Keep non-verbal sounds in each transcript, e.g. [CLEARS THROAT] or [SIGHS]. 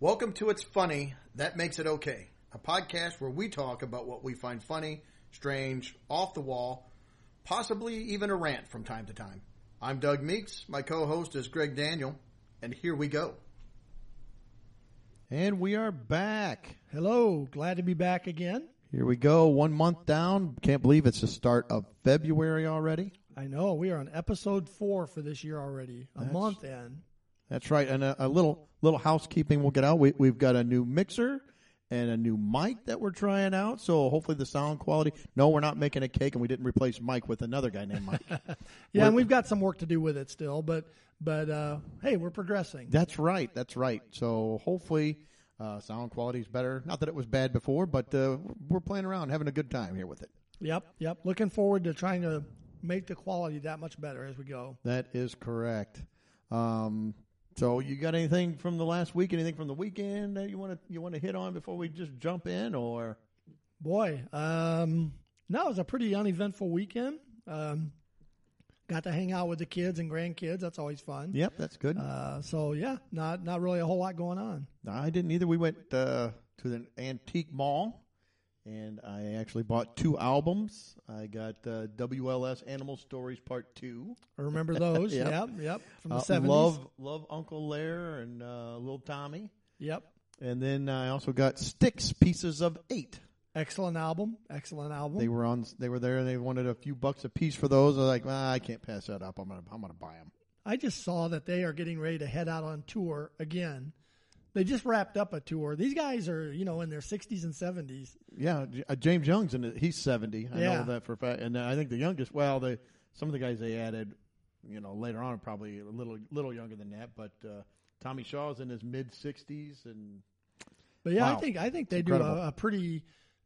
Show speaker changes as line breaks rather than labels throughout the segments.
Welcome to It's Funny, That Makes It Okay, a podcast where we talk about what we find funny, strange, off the wall, possibly even a rant from time to time. I'm Doug Meeks, my co host is Greg Daniel, and here we go.
And we are back.
Hello, glad to be back again.
Here we go. One month down. Can't believe it's the start of February already.
I know we are on episode four for this year already, a month in.
That's right. And a, a little little housekeeping we'll get out. We, we've got a new mixer and a new mic that we're trying out. So hopefully the sound quality. No, we're not making a cake, and we didn't replace Mike with another guy named Mike. [LAUGHS]
Yeah, and we've got some work to do with it still, but but uh, hey, we're progressing.
that's right. That's right. So hopefully uh, sound quality is better. Not that it was bad before, but uh, we're playing around, having a good time here with it.
Yep, yep. Looking forward to trying to make the quality that much better as we go.
That is correct. Um, so you got anything from the last week? Anything from the weekend that you want to you want to hit on before we just jump in? Or
Boy, um, no, it was a pretty uneventful weekend. Um, got to hang out with the kids and grandkids. That's always fun.
yep, that's good.
Uh, so yeah, not not really a whole lot going on.
No, I didn't either. We went uh, to the antique mall, and I actually bought two albums. I got uh, WLS Animal Stories Part Two.
I remember those.
[LAUGHS] Yep.
yep. yep, From the
Uh,
seventies.
love love Uncle Lair and uh, Little Tommy,
Yep.
and then I also got Sticks Pieces of Eight.
Excellent album. Excellent album.
They were on. They were there. and They wanted a few bucks a piece for those. I was like, ah, I can't pass that up. I'm gonna. I'm gonna buy them.
I just saw that they are getting ready to head out on tour again. They just wrapped up a tour. These guys are, you know, in their 60s and 70s.
Yeah, J- uh, James Young's in. It. He's 70. I
Yeah.
know that for a fact. And uh, I think the youngest. Well, they some of the guys they added, you know, later on are probably a little little younger than that. But uh, Tommy Shaw's in his mid 60s, and
But yeah,
Wow.
I think I think they do
Incredible.
a, a pretty,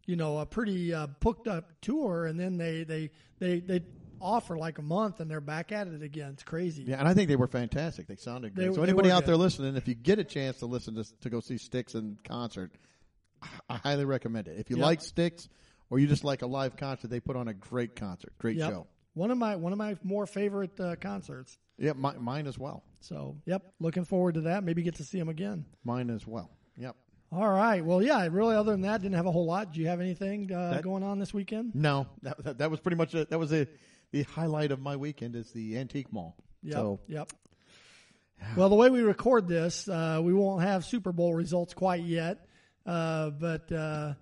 you know, a pretty uh, booked up tour, and then they they they they offer like a month, and they're back at it again. It's crazy.
yeah, and I think they were fantastic. They sounded
They
great. so
were- they
anybody
were
out
good.
there listening, if you get a chance to listen to to go see Sticks in concert, I- I highly recommend it. If you
Yep.
like Sticks, or you just like a live concert, they put on a great concert, great
Yep.
show.
One of my one of my more favorite uh, concerts.
Yeah, mi- mine as well.
So, yep, looking forward to that. Maybe get to see them again.
Mine as well. Yep.
All right. Well, yeah. Really, other than that, didn't have a whole lot. Do you have anything uh,
That-
going on this weekend?
No, that that, that was pretty much it. That was the the highlight of my weekend is the antique mall.
Yep.
So
Yep. Well, the way we record this, uh, we won't have Super Bowl results quite yet, uh, but uh,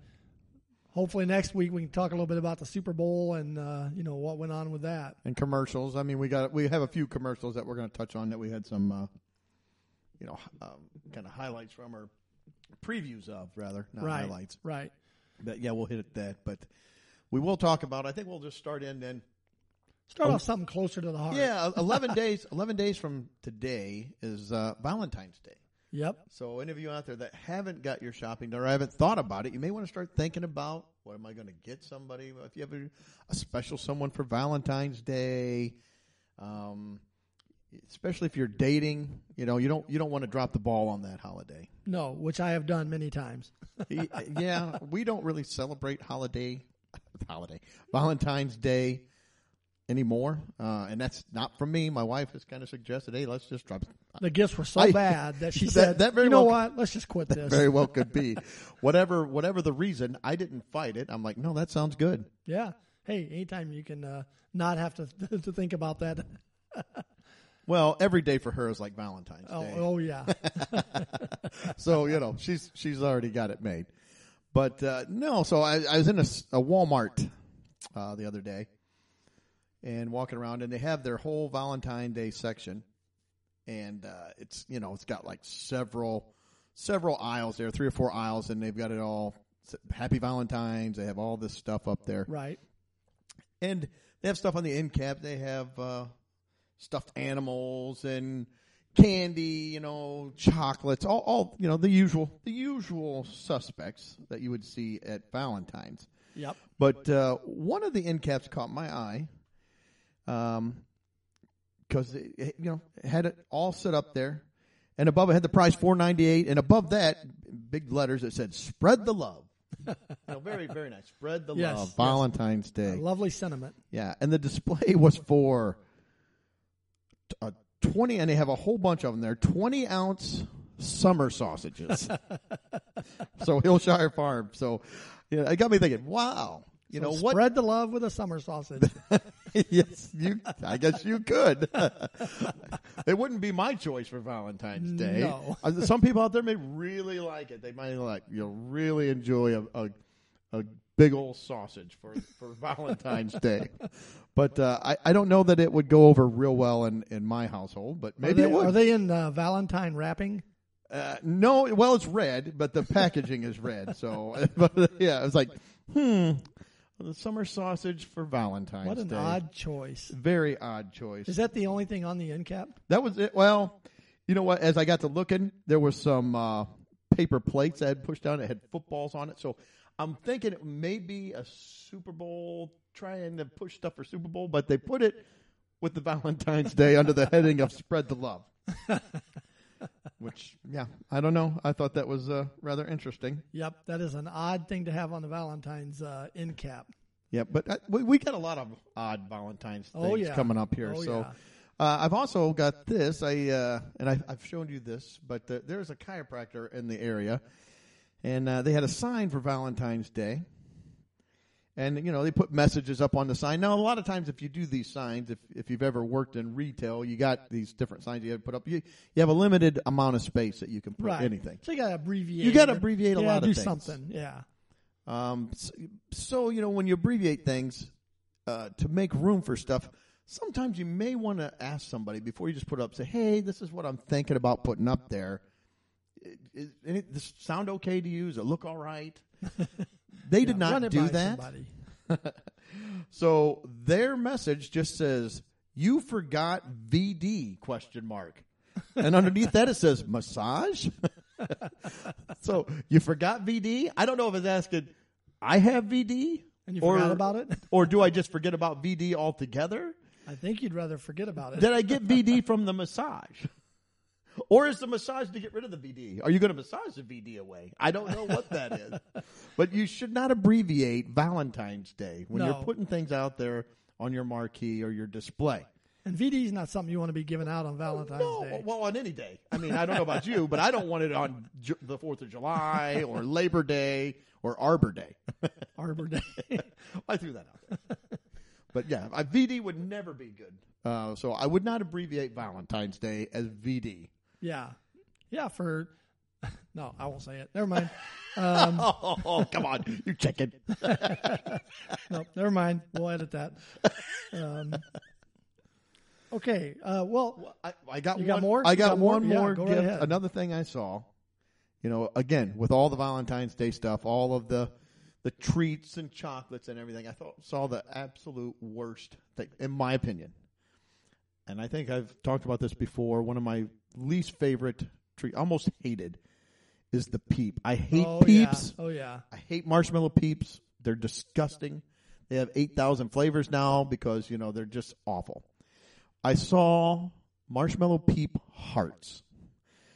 hopefully next week we can talk a little bit about the Super Bowl and uh, you know what went on with that.
and commercials. I mean, we got we have a few commercials that we're going to touch on that we had some, uh, you know, um, kind of highlights from or previews of rather, not
right.
highlights.
Right.
But yeah, we'll hit that. But we will talk about. I think we'll just start in then.
Start off something closer to the heart.
Oh. Yeah, eleven [LAUGHS] days. Eleven days from today is uh, Valentine's Day.
Yep.
So, any of you out there that haven't got your shopping done or haven't thought about it, you may want to start thinking about what am I going to get somebody? If you have a, a special someone for Valentine's Day, um, especially if you're dating, you know, you don't you don't want to drop the ball on that holiday.
No, which I have done many times.
Y- [LAUGHS] yeah, we don't really celebrate holiday [LAUGHS] holiday Valentine's Day anymore, uh, and that's not from me. My wife has kind of suggested, hey, let's just drop.
The gifts were so
I-
bad that
[LAUGHS]
she
That-
said,
that very
"You know
well-
what? Let's just quit this."
very well could be whatever whatever the reason i didn't fight it i'm like no that sounds good
yeah. Hey, anytime you can uh, not have to [LAUGHS] to think about that.
well every day for her is like valentine's
Oh,
day [LAUGHS]
oh yeah.
so you know she's she's already got it made but uh, no so i, I was in a, s- a walmart uh, the other day and walking around and they have their whole valentine day section and uh, it's you know it's got like several several aisles there three or four aisles and they've got it all happy valentines they have all this stuff up there
right.
and they have stuff on the end cap. They have uh, stuffed animals and candy, you know, chocolates, all, all you know, the usual, the usual suspects that you would see at Valentine's.
Yep.
But uh, one of the end caps caught my eye, um, because it, it, you know it had it all set up there, and above it had the price four ninety eight, and above that, big letters that said "Spread the Love." you know, very very nice. Spread the
Yes,
love.
yes.
Valentine's Day.
A lovely sentiment.
Yeah, and the display [LAUGHS] was for t- uh, twenty, and they have a whole bunch of them there. Twenty ounce summer
[LAUGHS]
sausages. so Hillshire Farm. So yeah, it got me thinking. Wow, you know
So
what?
Spread the love with a summer sausage.
yes, you. I guess you could. [LAUGHS] it wouldn't be my choice for Valentine's Day.
No.
[LAUGHS] Uh, Some people out there may really like it. They might like you'll really enjoy a a, a big old sausage for for [LAUGHS] Valentine's Day. But uh, I I don't know that it would go over real well in in my household. But [LAUGHS] maybe
are,
it
they,
would.
are they in uh, Valentine wrapping?
Uh, no, well, it's red, but the packaging is red. So, [LAUGHS] but, yeah, I was like, hmm, the summer sausage for Valentine's
What an
Day.
odd choice.
very odd choice.
Is that the only thing on the end cap?
that was it. Well, you know what? As I got to looking, there was some uh, paper plates I had pushed down. It had footballs on it. So I'm thinking it may be a Super Bowl, trying to push stuff for Super Bowl, but they put it with the [LAUGHS] Valentine's Day under the heading of Spread the Love. Which, yeah, I don't know. I thought that was uh, rather interesting.
Yep, that is an odd thing to have on the Valentine's uh, end cap.
Yeah, but I, we, we got a lot of odd Valentine's things
Oh, yeah.
coming up here.
Oh,
so
yeah.
uh, I've also got this. I uh, and I, I've shown you this, but uh, there's a chiropractor in the area, and uh, they had a sign for Valentine's Day. And you know they put messages up on the sign. Now a lot of times, if you do these signs, if if you've ever worked in retail, you got these different signs you have to put up. You you have a limited amount of space that you can put
Right.
anything.
So you got to abbreviate.
You gotta
it.
abbreviate a
Yeah,
lot of
do
things.
something. Yeah.
Um, so, so, you know, when you abbreviate things uh, to make room for stuff, sometimes you may want to ask somebody before you just put it up. Say, "Hey, this is what I'm thinking about putting up there. Is, is, any- does it sound okay to you? Does it look all
[LAUGHS]
right?" They did
Run
not
it
do
by
that,
Somebody.
so their message just says, "You forgot VD?" Question mark. And underneath that it says massage. [LAUGHS] so you forgot VD? I don't know if it's asking, I have VD,
And you forgot about it?
or do I just forget about VD altogether?
I think you'd rather forget about it.
Did I get VD from the massage? Or is the massage to get rid of the VD? Are you going to massage the VD away? I don't know what that
[LAUGHS]
is. But you should not abbreviate Valentine's Day when
No.
you're putting things out there on your marquee or your display.
and VD is not something you want to be giving out on Valentine's
No,
Day.
well, on any day. I mean, I don't know about you, but I don't want it on Ju- the 4th of July or Labor Day or Arbor Day.
[LAUGHS] Arbor Day.
I threw that out there. But yeah, I, VD would never be good. Uh, so I would not abbreviate Valentine's Day as VD.
yeah. Yeah, for. [LAUGHS] No, I won't say it. Never
[LAUGHS]
mind.
Oh, oh, come on, you chicken.
No, never mind. We'll edit that. Um, okay. Uh, well,
I, I got
You
one,
got more?
I
You
got,
got more?
one
Yeah,
more
go right
gift.
ahead.
Another thing I saw, you know, again with all the Valentine's Day stuff, all of the the treats and chocolates and everything. I thought saw the absolute worst thing, in my opinion. And I think I've talked about this before. One of my least favorite treat, almost hated, is the peep. I hate
oh,
peeps.
Yeah. Oh, yeah.
I hate marshmallow peeps. They're disgusting. They have 8,000 flavors now because, you know, they're just awful. I saw marshmallow peep hearts.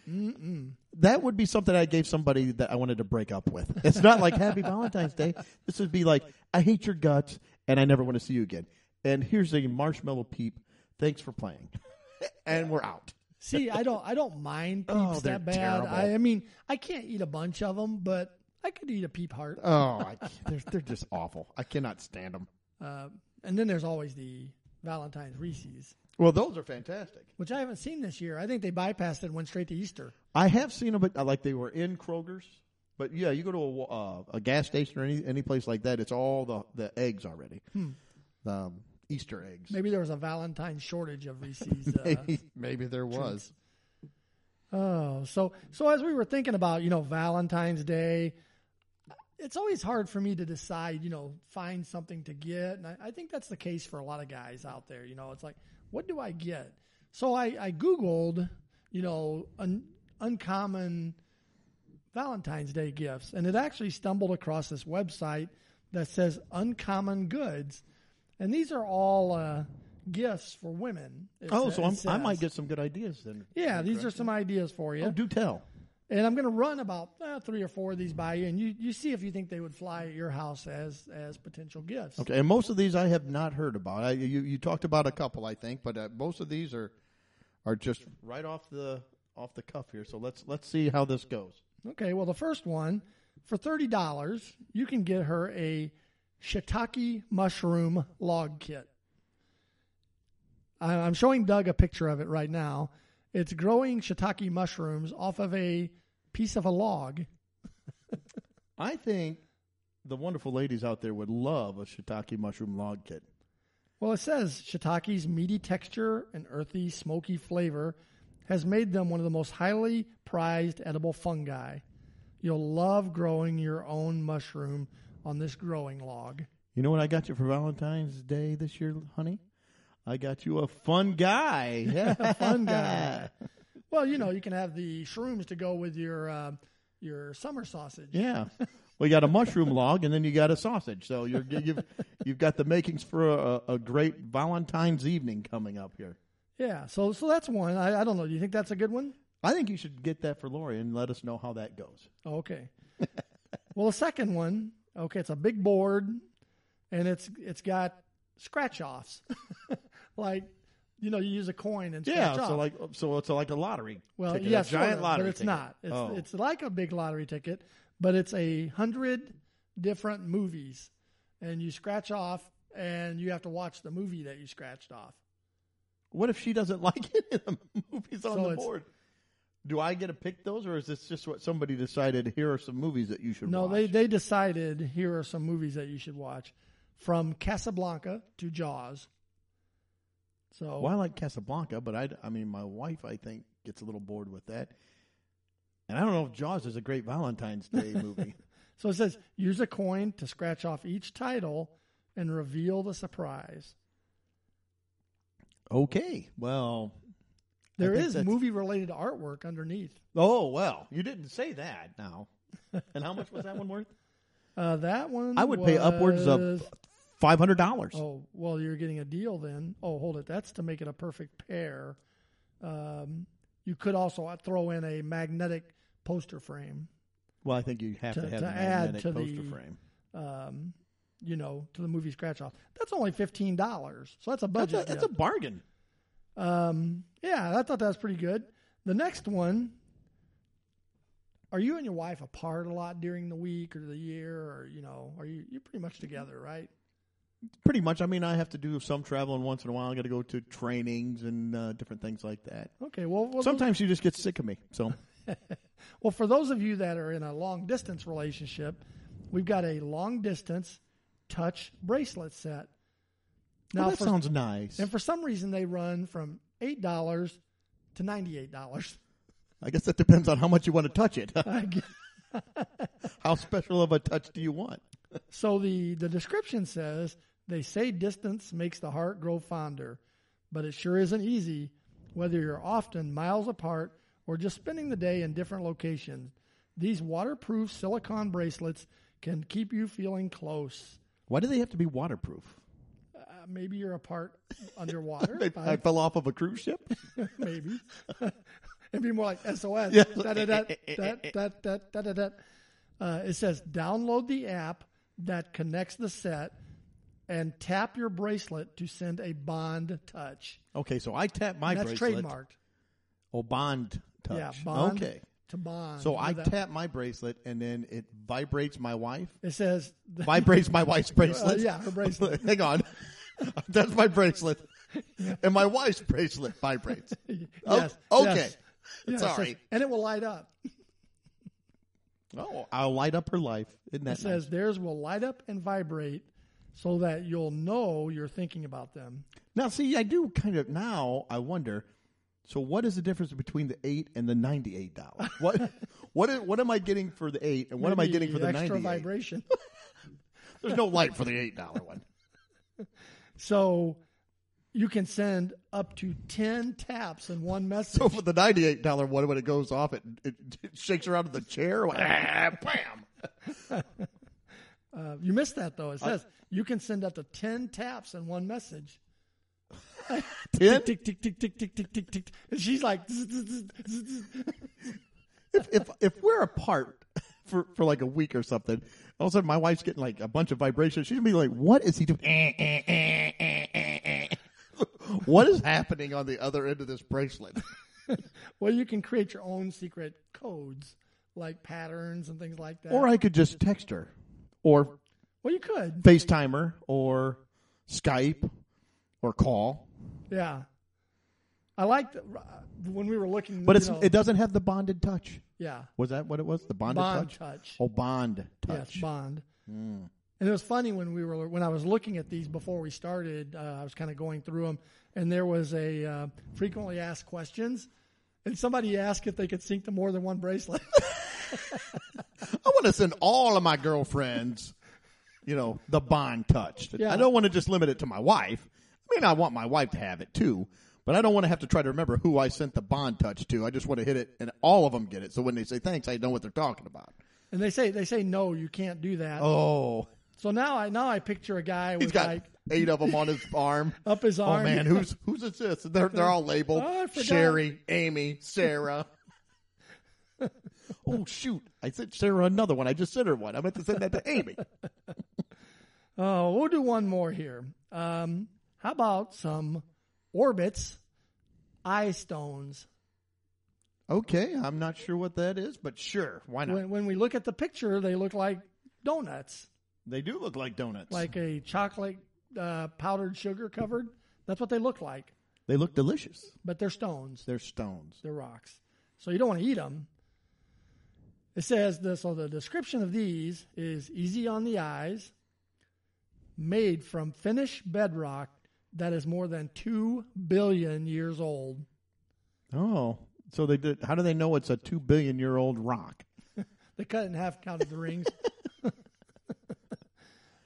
That would be something I gave somebody that I wanted to break up with. It's not like [LAUGHS] Happy Valentine's Day. This would be like, I hate your guts and I never want to see you again. And here's a marshmallow peep. Thanks for playing. [LAUGHS] and we're out.
See, I don't, I don't mind
[LAUGHS]
peeps
Oh, they're
that bad. I,
terrible.
I mean, I can't eat a bunch of them, but I could eat a peep heart.
Oh, I, [LAUGHS] they're, they're just awful. I cannot stand them.
Uh, and then there's always the Valentine's Reese's,
Well, those are fantastic.
which I haven't seen this year. I think they bypassed it and went straight to Easter.
I have seen them, but uh, like they were in Kroger's. But yeah, you go to a wa- uh, a gas station or any any place like that, it's all the the eggs already, the um, Easter eggs.
Maybe there was a Valentine shortage of Reese's. Uh,
[LAUGHS] Maybe, maybe there was.
oh, so so as we were thinking about you know Valentine's Day, it's always hard for me to decide you know find something to get, and I, I think that's the case for a lot of guys out there. You know, it's like what do I get? So I I googled you know un, uncommon Valentine's Day gifts, and it actually stumbled across this website that says Uncommon Goods, and these are all uh, gifts for women. it
Oh,
sa-
so
it
I'm, I
says.
might get some good ideas then.
Yeah, these are some ideas for you,
Oh, do tell.
and I'm going to run about uh, three or four of these by you, and you you see if you think they would fly at your house as as potential gifts.
Okay, and most of these I have not heard about. I, you you talked about a couple, I think, but uh, most of these are are just right off the off the cuff here. So let's let's see how this goes.
Okay, well, the first one for thirty dollars, you can get her a shiitake mushroom log kit. I- I'm showing Doug a picture of it right now. It's growing shiitake mushrooms off of a piece of a log.
I think the wonderful ladies out there would love a shiitake mushroom log kit.
Well, it says shiitake's meaty texture and earthy, smoky flavor has made them one of the most highly prized edible fungi. You'll love growing your own mushroom on this growing log.
You know what I got you for Valentine's Day this year, honey? I got you a fun guy.
[LAUGHS]
Yeah.
Fun guy. well, you know, you can have the shrooms to go with your uh, your summer sausage.
yeah. Well, you got a mushroom log, and then you got a sausage. So you're, you've you've got the makings for a, a great Valentine's evening coming up here.
Yeah, so so that's one. I, I don't know. Do you think that's a good one?
I think you should get that for Lori and let us know how that goes.
Okay. [LAUGHS] well, the second one, okay, it's a big board, and it's it's got scratch offs, [LAUGHS] like you know you use a coin and
Yeah,
scratch off.
so like so it's like a lottery.
well,
ticket,
yes,
a giant
sort of,
lottery.
but it's
ticket.
not. It's
oh.
it's like a big lottery ticket, but it's a hundred different movies, and you scratch off, and you have to watch the movie that you scratched off.
what if she doesn't [LAUGHS] like it in the movies on
So
the
it's-
board? Do I get to pick those, or is this just what somebody decided? Here are some movies that you should
No,
watch.
they they decided here are some movies that you should watch, from Casablanca to Jaws. So
Well, I like Casablanca, but I, I mean, my wife, I think, gets a little bored with that. And I don't know if Jaws is a great Valentine's
[LAUGHS]
Day movie.
So it says use a coin to scratch off each title and reveal the surprise.
okay, well, I
There
think
is
that's-
movie related artwork underneath.
Oh well, you didn't say that now. And how much was that one worth?
Uh, that one
I would pay upwards of
was-
five hundred dollars.
Oh well, you're getting a deal then. Oh, hold it. That's to make it a perfect pair. Um, you could also throw in a magnetic poster frame.
Well, I think you have to,
To-
have
to
a
add
magnetic
to
poster
the-
frame.
Um, you know, to the movie scratch off. That's only fifteen dollars. So that's a
That's a,
budget.
that's a bargain.
deal. um, yeah, I thought that was pretty good. The next one. Are you and your wife apart a lot during the week or the year, or you know, are you you're pretty much together, right?
Pretty much. I mean, I have to do some traveling once in a while. I got to go to trainings and uh, different things like that.
Okay, well, well,
Sometimes you just get sick of me. So
Well, for those of you that are in a long distance relationship, we've got a long distance touch bracelet set. Now,
well, that
for,
sounds nice.
and for some reason, they run from eight dollars to ninety eight dollars.
I guess that depends on how much you want to touch
[LAUGHS]
it. [LAUGHS] how special of a touch do you want?
So the the description says they say distance makes the heart grow fonder, but it sure isn't easy. Whether you're often miles apart or just spending the day in different locations, these waterproof silicone bracelets can keep you feeling close.
Why do they have to be waterproof?
Uh, maybe you're apart underwater.
They, I,
I-
fell off of a cruise ship.
[LAUGHS] maybe. It'd be more like SOS.
Yeah.
Da, da, da, da, da, da, da, da, da. Uh, it says download the app that connects the set and tap your bracelet to send a bond touch.
[LAUGHS] Okay, so I tap my
And that's
bracelet.
trademarked.
Oh, bond touch.
Yeah, bond
Okay,
to bond.
so
with
I
that.
tap my bracelet and then it vibrates my wife.
It says the-
Vibrates my wife's
[LAUGHS]
bracelet.
Uh, yeah, her bracelet.
[LAUGHS] Hang on, that's my
[LAUGHS]
bracelet, and my wife's bracelet vibrates. Oh,
yes,
okay.
yes, yes, it says-
Sorry.
and it will light up.
Oh, I'll light up her life. Isn't that
It says theirs will light up and vibrate so that you'll know you're thinking about them.
Now, see, I do kind of now. I wonder. So, what is the difference between the eight and the ninety-eight dollars? What, [LAUGHS] what, is, what am I getting for the eight, and what am I
Maybe
getting for the
extra
ninety-eight?
vibration?
There's no light for the eight-dollar one. [LAUGHS]
So you can send up to 10 taps in one message.
So, for the ninety-eight dollar one, when it goes off, it, it, it shakes her out of the chair. [LAUGHS] like, ah, bam!
Uh, you missed that though. It says you can send up to 10 taps in one message.
Ten.
Tick, tick, tick, tick, tick, tick, tick, tick. And she's like, zzz, zzz, zzz, zzz, zzz.
If, if if we're apart [LAUGHS] for for like a week or something, all of a sudden my wife's getting like a bunch of vibrations. She's gonna be like, "What is he doing? [LAUGHS] Eh, eh, eh, eh, eh, eh. what is happening on the other end of this bracelet?"
well, you can create your own secret codes, like patterns and things like that.
Or I could just text her, or
well, you could.
FaceTime her, or Skype, or call.
Yeah. I liked when we were looking,
But it's
you know,
it doesn't have the bonded touch.
yeah,
Was that what it was? The bonded
bond
touch?
touch.
Oh, bond touch. Mm.
Yes, Bond. And it was funny when we were when I was looking at these before we started. Uh, I was kind of going through them, and there was a uh, frequently asked questions, and somebody asked if they could sync to more than one bracelet. [LAUGHS]
I want to send all of my girlfriends, you know, the bond touched.
Yeah.
I don't want to just limit it to my wife. I mean, I want my wife to have it too, but I don't want to have to try to remember who I sent the bond touch to. I just want to hit it and all of them get it. So when they say thanks, I know what they're talking about.
and they say they say no, you can't do that.
Oh,
So now I now I picture a guy
he's
with
got
like
eight of them on his arm.
up his
Oh
arm.
man, who's who's is this? They're they're all labeled
Oh, I forgot.
Sherry, Amy, Sarah. [LAUGHS] oh shoot! I sent Sarah another one. I just sent her one. I meant to send that to Amy.
[LAUGHS] Oh, we'll do one more here. Um, how about some orbits, eye stones?
Okay, I'm not sure what that is, but sure, why not?
When, when we look at the picture, they look like donuts.
they do look like donuts.
like a chocolate uh, powdered sugar covered. That's what they look like,
they look delicious.
but they're stones.
They're stones.
They're rocks. So you don't want to eat them. It says this. So the description of these is easy on the eyes, made from Finnish bedrock that is more than two billion years old.
Oh, so they did. How do they know it's a two billion year old rock?
They cut it in half, counted the rings. [LAUGHS]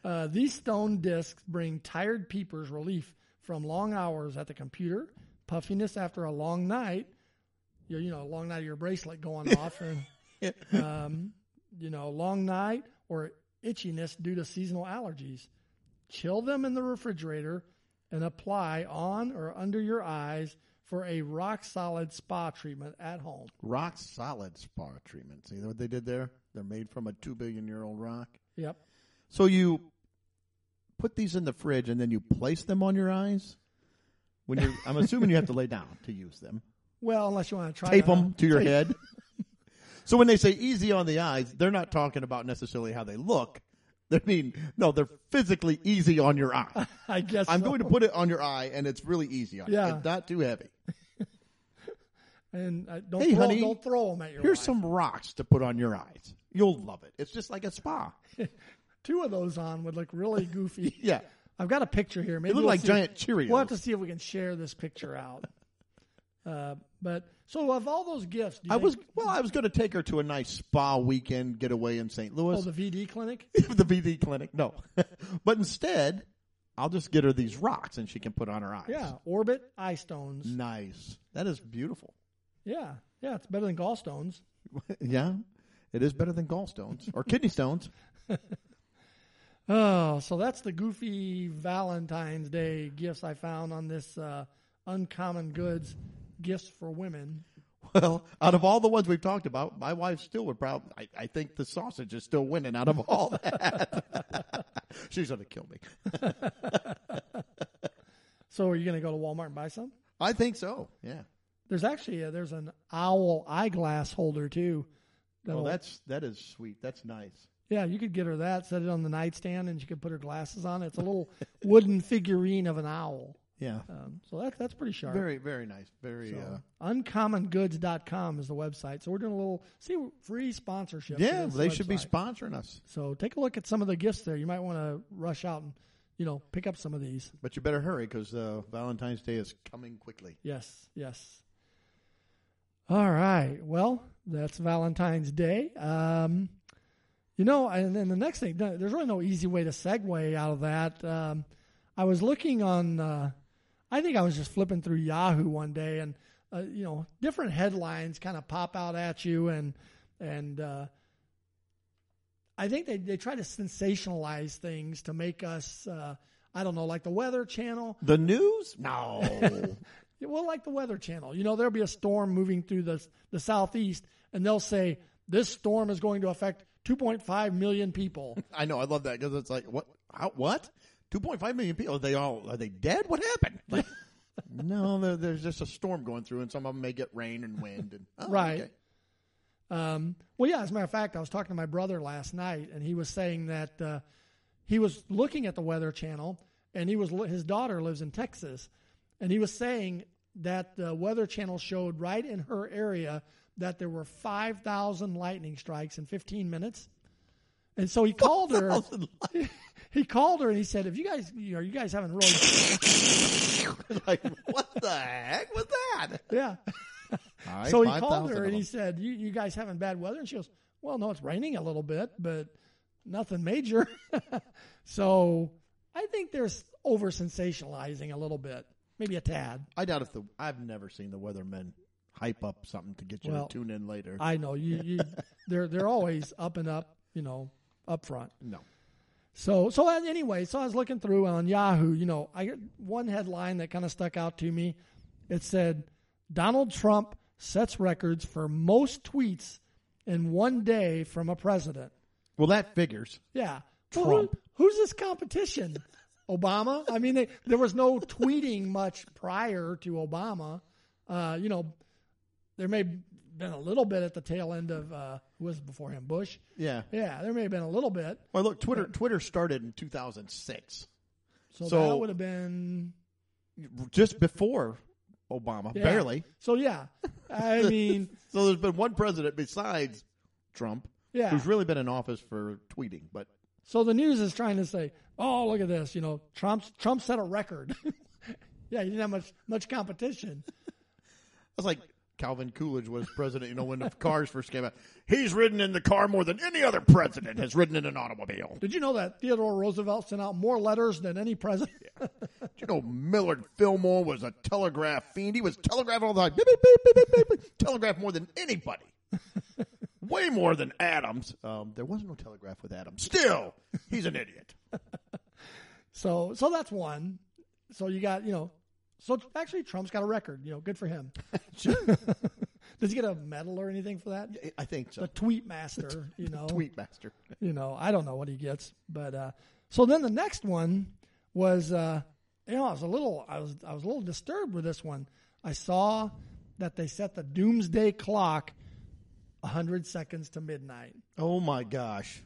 uh, these stone discs bring tired peepers relief from long hours at the computer, puffiness after a long night, you, you know, a long night of your bracelet going off, and, um, you know, long night or itchiness due to seasonal allergies. Chill them in the refrigerator and apply on or under your eyes for a rock solid spa treatment at home.
Rock solid spa treatment. See what they did there? They're made from a two billion year old rock.
Yep.
So you put these in the fridge and then you place them on your eyes. When you, I'm assuming you have to lay down to use them.
Well, unless you want to try
Tape
it on-
them to your head. So when they say easy on the eyes, they're not talking about necessarily how they look. They mean no, they're physically easy on your eye.
I guess
I'm
so.
going to put it on your eye, and it's really easy on
Yeah.
you. It's not too heavy.
And uh, don't
Hey,
throw,
honey,
don't throw them at your.
Here's
wife.
some rocks to put on your eyes. You'll love it. It's just like a spa.
two of those on would look
[LAUGHS]
really goofy.
Yeah.
I've got a picture here. Maybe
look
we'll
like
see-
giant Cheerios.
We'll have to see if we can share this picture out. Uh, but so of all those gifts, do you
I
think-
was well. I was going to take her to a nice spa weekend getaway in St. Louis.
oh the
[LAUGHS]
VD clinic.
the VD clinic. No, [LAUGHS] but instead, I'll just get her these rocks, and she can put on her eyes.
Yeah, orbit eye stones.
Mm. nice. That is beautiful. [LAUGHS]
Yeah, yeah, it's better than gallstones.
yeah, it is better than gallstones or kidney stones. [LAUGHS]
Oh, so that's the goofy Valentine's Day gifts I found on this uh, uncommon goods gifts for women.
Well, out of all the ones we've talked about, my wife still would probably. I, I think the sausage is still winning out of all that. [LAUGHS] She's going to kill me.
So are you going to go to Walmart and buy some?
I think so. Yeah.
There's actually a, there's an owl eyeglass holder too.
Well,
That'll-
that's Oh, that is sweet. That's nice.
yeah, you could get her that, set it on the nightstand, and she could put her glasses on. It's a little [LAUGHS] wooden figurine of an owl.
Yeah.
Um, so that that's pretty sharp. Um,
Very very nice. Very. uh,
Uncommongoods.com is the website. So we're doing a little see free sponsorship. for
yeah,
this
they should be
website.
sponsoring us.
so take a look at some of the gifts there. You might want to rush out and you know pick up some of these.
But you better hurry because uh, Valentine's Day is coming quickly.
Yes, yes. All right. Well, that's Valentine's Day. Um, you know, and then the next thing, there's really no easy way to segue out of that. Um, I was looking on, uh, I think I was just flipping through Yahoo one day, and uh, you know, different headlines kind of pop out at you, and and uh, I think they they try to sensationalize things to make us, uh, I don't know, like the Weather Channel
The news? No.
yeah, well, like the Weather Channel, you know, there'll be a storm moving through the the southeast, and they'll say this storm is going to affect 2.5 million people.
[LAUGHS] I know. I love
[LAUGHS]
that because it's like what? How, what? Two point five million people? Are they all? Are they dead? What happened? Like, no, there, there's just a storm going through, and some of them may get rain and wind. And oh,
Right.
okay.
Um, well, yeah, as a matter of fact, I was talking to my brother last night, and he was saying that uh, he was looking at the Weather Channel, and he was lo- his daughter lives in Texas, and he was saying that the Weather Channel showed right in her area that there were five thousand lightning strikes in fifteen minutes, and so he
[LAUGHS]
called her. He called her and he said, "If you guys you know, are you guys having really
like what the heck was that?
[LAUGHS] yeah."
All right,
so he
5,000
called
of
her and
them.
he said, you, you guys having bad weather? And she goes, Well, no, it's raining a little bit, but nothing major. [LAUGHS] so I think there's over sensationalizing a little bit, maybe a tad.
I doubt if the I've never seen the weathermen hype up something to get you
Well,
to tune in later.
I know you,
[LAUGHS]
you they're they're always up and up, you know, up front.
no.
So so uh, anyway, so I was looking through on Yahoo. You know, I got one headline that kind of stuck out to me. It said Donald Trump sets records for most tweets in one day from a president.
Well, that figures.
Yeah. Well, who-
Trump.
who's this competition? [LAUGHS] Obama? I mean, they, there was no tweeting much prior to Obama. Uh, you know, there may have been a little bit at the tail end of uh, who was before him, Bush.
Yeah.
Yeah, there may have been a little bit.
Well, look, Twitter Twitter started in 2006,
So,
So-
that would have been
just before Obama,
yeah.
barely.
So yeah,
[LAUGHS]
I mean,
So there's been one president besides Trump
Yeah.
who's really been in office for tweeting, but
so the news is trying to say, oh, look at this. You know, Trump's Trump set a record. [LAUGHS] yeah, he didn't have much much competition.
that's like Calvin Coolidge was president, you know,
[LAUGHS]
when the cars first came out. He's ridden in the car more than any other president has ridden in an automobile.
Did you know that Theodore Roosevelt sent out more letters than any president?
Did you know Millard Fillmore was a telegraph fiend? He was telegraphing all the time. Beep, beep, beep, beep, beep, beep, beep. telegraph more than anybody.
[LAUGHS]
Way more than Adams. Um, there was no telegraph with Adams. Still, he's an idiot.
So so that's one. So you got you know, so actually Trump's got a record. You know, good for him. [LAUGHS] Does he get a medal or anything for that?
I- I think so.
The tweet master. You know,
Tweet master.
you know, I don't know what he gets, but uh, so then the next one was, uh, you know, I was a little, I was, I was a little disturbed with this one. I saw that they set the doomsday clock hundred seconds to midnight.
Oh my [LAUGHS] gosh.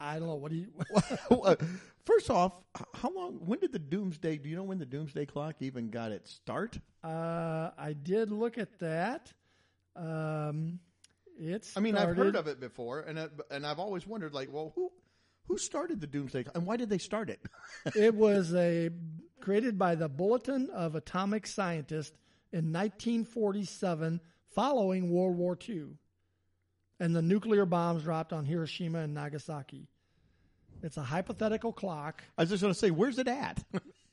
I don't know what do you. [LAUGHS]
First off, h- how long? When did the Doomsday? Do you know when the Doomsday Clock even got its start?
Uh, I did look at that. Um, it's.
I mean, I've heard of it before, and it, and I've always wondered, like, well, who who started the Doomsday Clock, and why did they start it? [LAUGHS]
it was a created by the Bulletin of Atomic Scientists in 1947, following World War II, and the nuclear bombs dropped on Hiroshima and Nagasaki. It's a hypothetical clock.
I was just going to say, where's it at?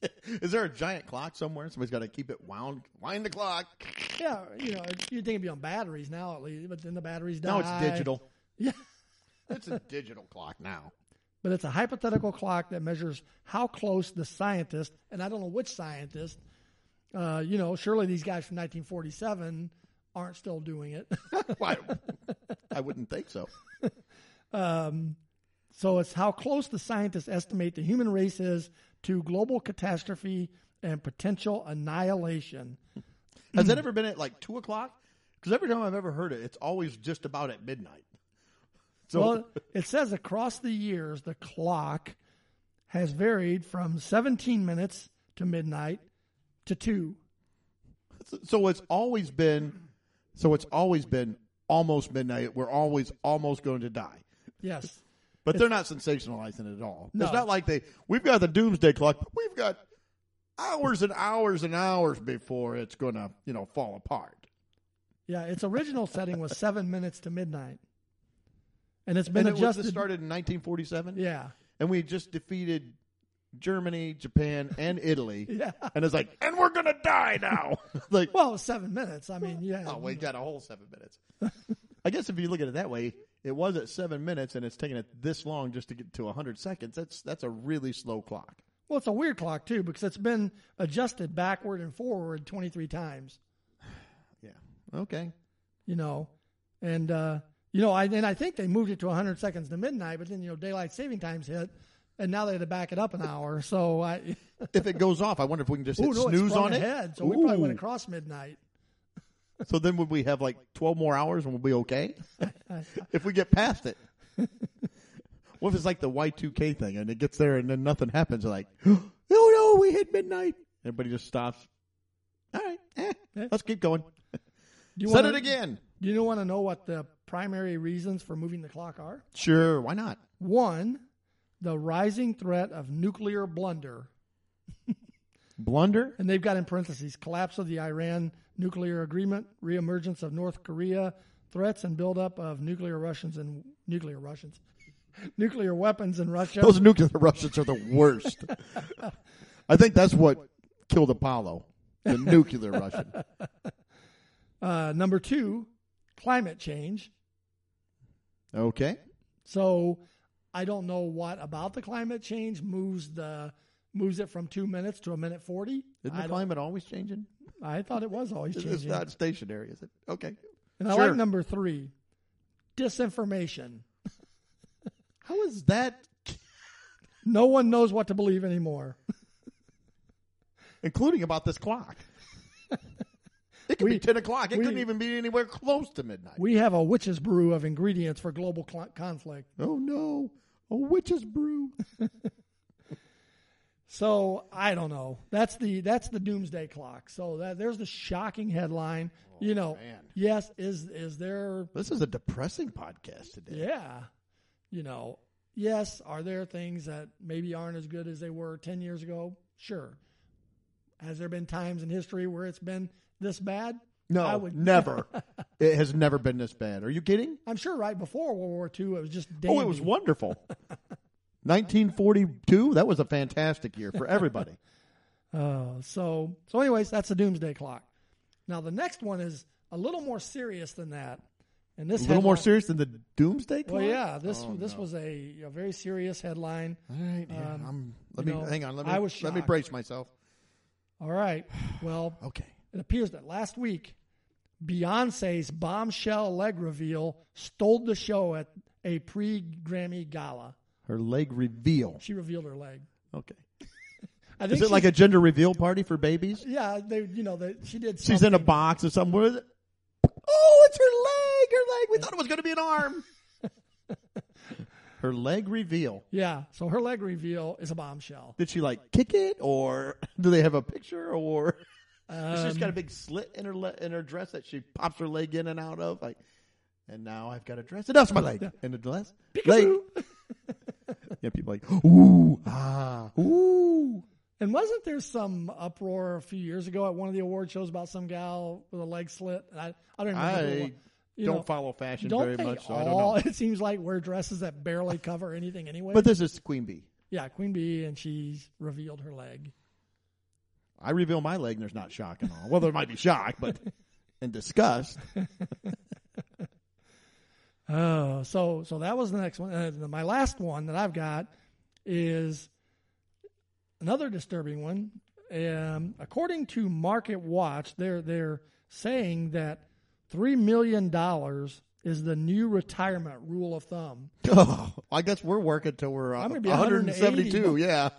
[LAUGHS] Is there a giant clock somewhere? Somebody's got to keep it wound. Wind the clock.
Yeah, you know, it's- you'd think it'd be on batteries now at least, but then the batteries die.
Now it's digital.
Yeah.
It's a digital clock now. [LAUGHS]
but it's a hypothetical clock that measures how close the scientist, and I don't know which scientist, uh, you know, surely these guys from 1947 aren't still doing it. [LAUGHS]
Why? I wouldn't think so.
so it's how close the scientists estimate the human race is to global catastrophe and potential annihilation.
Has
Mm-hmm.
that ever been at like two o'clock? Because every time I've ever heard it, it's always just about at midnight. So
Well, it says across the years, the clock has varied from 17 minutes to midnight to two.
so it's always been so it's always been almost midnight we're always almost going to die
Yes.
but they're not sensationalizing it at all
No.
it's not like they we've got the doomsday clock but we've got hours and hours and hours before it's going to you know fall apart
Yeah, its original setting was seven minutes to midnight, and it's been
and it was
adjusted.
this started in 1947
yeah,
and we just defeated germany japan and italy
[LAUGHS] yeah.
and it's like and we're going to die now [LAUGHS] like
Well, it was seven minutes. I mean, yeah.
Oh, we got a whole seven minutes. [LAUGHS] I guess if you look at it that way, it was at seven minutes, and it's taking it this long just to get to hundred seconds. That's that's a really slow clock.
Well, it's a weird clock too because it's been adjusted backward and forward twenty three times.
Yeah. Okay.
You know, and uh, you know, I and I think they moved it to hundred seconds to midnight, but then you know, daylight saving times hit, and now they had to back it up an hour. So I, [LAUGHS]
If it goes off, I wonder if we can just
oh
hit
no, it
snooze
sprung
on
ahead.
it.
So we probably went
Ooh.
across midnight.
So then would we have like 12 more hours and we'll be
[LAUGHS]
okay? if we get past it. [LAUGHS] what if it's like the Y2K thing and it gets there and then nothing happens? Like, [GASPS] oh no, we hit midnight. Everybody just stops. All right, eh,
Yeah.
let's keep going.
Do you
Set
wanna-
it again.
Do you want to know what the primary reasons for moving the clock are?
Sure, why not?
One, the rising threat of nuclear blunder,
Blunder?
and they've got in parentheses collapse of the Iran nuclear agreement, reemergence of North Korea, threats and buildup of nuclear Russians and nuclear Russians, [LAUGHS] nuclear weapons in Russia.
Those nuclear Russians are the
[LAUGHS]
worst. I think that's what killed Apollo, the
[LAUGHS]
nuclear Russian.
Uh, number two, climate change.
Okay.
So I don't know what about the climate change moves the moves it from two minutes to a minute forty.
Isn't
I
the
don't-
climate always changing?
I thought it was always
It's,
changing.
it's not stationary, is it? Okay.
and I
Sure.
like number three, disinformation.
How is that,
No one knows what to believe anymore.
including about this
[LAUGHS]
clock? It could be
We-
10 o'clock. It
we-
couldn't even be anywhere close to midnight.
We have a witch's brew of ingredients for global cl- conflict.
oh, no. A witch's
[LAUGHS]
brew.
So I don't know. That's the that's the doomsday clock. So that, there's the shocking headline. you know,
Oh, man.
yes, is is there
This is a depressing podcast today.
Yeah. You know, yes, are there things that maybe aren't as good as they were 10 years ago? Sure. Has there been times in history where it's been this bad?
No,
I would- [LAUGHS]
never. it has never been this bad. Are you kidding?
I'm sure right before World War II, it was just
Oh, it was [LAUGHS]
dandy.
wonderful. 1942, that was a fantastic year for everybody.
[LAUGHS] Uh, so, so anyways, that's the doomsday clock. Now, the next one is a little more serious than that. And
a
this
little more
headline-
serious than the doomsday clock?
Well, yeah, this
Oh,
this
no.
was a, a very serious headline.
All right, yeah,
Um,
I'm, let me
you know,
hang on. Let me
I was
let me
shocked.
brace myself.
All right. Well,
[SIGHS] Okay.
It appears that last week, Beyonce's bombshell leg reveal stole the show at a pre Grammy gala.
Her leg reveal.
She revealed her leg.
Okay.
I think
Is it
she-
like a gender reveal party for babies?
yeah? They you know they, she did.
She's in a
something.
box or something. Where is it? Oh, it's her leg. Her leg. We thought it was going to be an
[LAUGHS]
arm. her leg reveal.
Yeah, so her leg reveal is a bombshell.
Did she like kick it, or [LAUGHS] do they have a picture, or [LAUGHS] she's
Um,
just got a big slit in her le- in her dress that she pops her leg in and out of? Like, and now I've got a dress. And that's my leg. And the dress. Leg.
[LAUGHS]
Yeah, people like ooh ah ooh.
And wasn't there some uproar a few years ago at one of the award shows about some gal with a leg slit? I, I don't remember. who it was.
I
You
don't
know,
follow fashion
don't
very
they
much, so
all,
I don't know.
[LAUGHS] It seems like wear dresses that barely cover anything anyway.
But this is Queen Bee.
Yeah, Queen Bee, and she's revealed her leg.
I reveal my leg, and there's not shock and all. Well, there might be shock,
[LAUGHS]
but and disgust.
Oh, so so that was the next one. And then my last one that I've got is another disturbing one. Um, according to Market Watch, they're they're saying that three million dollars is the new retirement rule of thumb.
[LAUGHS] Oh, I guess we're working till we're uh,
I'm gonna be
172. Yeah,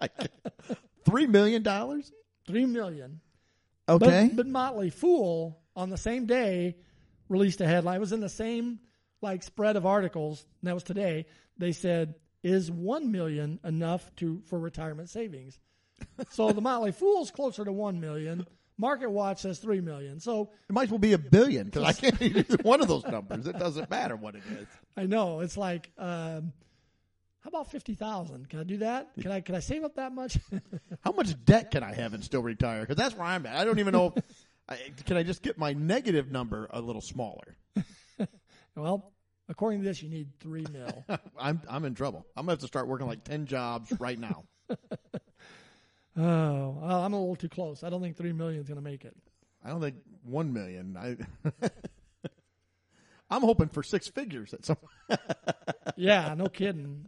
[LAUGHS] three million dollars.
Three million. But,
Okay,
but Motley Fool on the same day released a headline. It was in the same like spread of articles. And that was today. They said, "Is one million enough to for retirement savings?" So the Motley Fool's closer to one million. Market Watch says three million. So
it might as well be a billion because I can't use one of those numbers. It doesn't matter what it is.
I know it's like, um, how about fifty thousand? Can I do that? Can I can I save up that much? [LAUGHS]
How much debt can I have and still retire? Because that's where I'm at. I don't even know. if- I, can I just get my negative number a little smaller? [LAUGHS]
well, according to this, you need three mil.
I'm I'm in trouble. I'm gonna have to start working like ten jobs right now.
Oh, well, I'm a little too close. I don't think three million is going to make it.
I don't think one million. I [LAUGHS] I'm hoping for six figures at some.
Yeah, no kidding.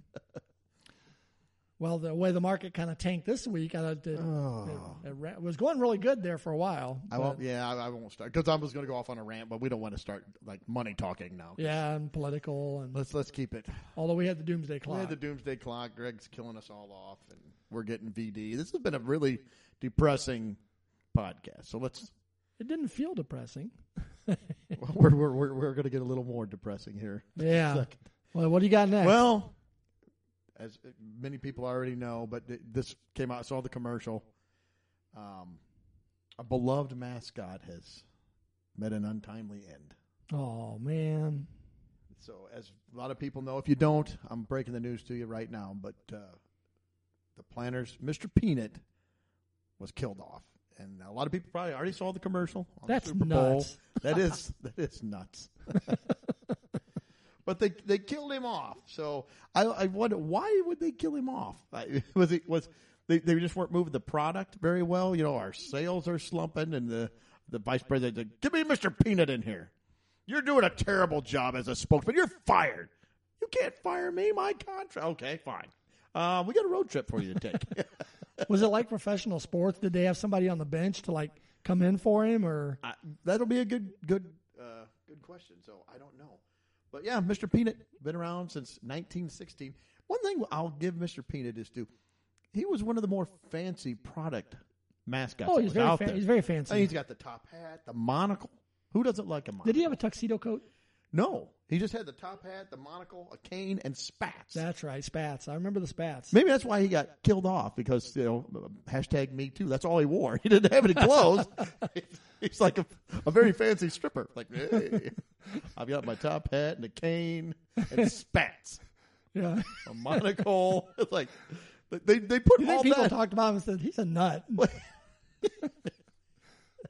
Well, the way the market kind of tanked this week, I thought it,
Oh.
it, it ra- was going really good there for a while.
I
but-
won't. Yeah, I, I won't start because I was going to go off on a rant, but we don't want to start like money talking now.
Yeah, and political, and
Let's let's keep it.
although we had the
We
doomsday
had
clock.
the doomsday clock. Greg's killing us all off, and we're getting VD. This has been a really depressing podcast. So let's
it didn't feel depressing.
[LAUGHS] we're we're we're, we're going to get a little more depressing here.
Yeah.
Second.
well, what do you got next?
[LAUGHS] Well, as many people already know, but th- this came out. I saw the commercial. Um, a beloved mascot has met an untimely end.
oh man,
So, as a lot of people know, if you don't, I'm breaking the news to you right now. But uh, the planners, Mr. Peanut, was killed off, and a lot of people probably already saw the commercial. On
That's
the Super Bowl.
nuts.
That is that is nuts. but they they killed him off. So I, I wonder why would they kill him off? I, [LAUGHS] was it was they, they just weren't moving the product very well? You know, our sales are slumping, and the the vice president said, "Give me Mr. Peanut in here." You're doing a terrible job as a spokesman. You're fired. You can't fire me. My contract. Okay, fine. Uh, we got a road trip for you to take.
was it like professional sports? Did they have somebody on the bench to like come in for him, or
I, that'll be a good, good, uh, good question. So I don't know, but yeah, Mr. Peanut been around since 1916. One thing I'll give Mr. Peanut is due. He was one of the more fancy product mascots.
oh,
that
he's
was
very
out
fa-
there.
he's very fancy.
And he's got the top hat, the monocle. Who doesn't like a monocle?
Did he have a tuxedo coat?
no, he just had the top hat, the monocle, a cane, and spats.
That's right, spats. I remember the spats.
Maybe that's why he got killed off because you know hashtag Me Too. That's all he wore. [LAUGHS] He didn't have any clothes. [LAUGHS] He's like a, a very fancy stripper. Like, hey, [LAUGHS] I've got my top hat and a cane and spats,
Yeah. [LAUGHS]
a monocle. [LAUGHS] It's like they they put
You
all
think people
that.
talked about him and said he's a nut?
[LAUGHS]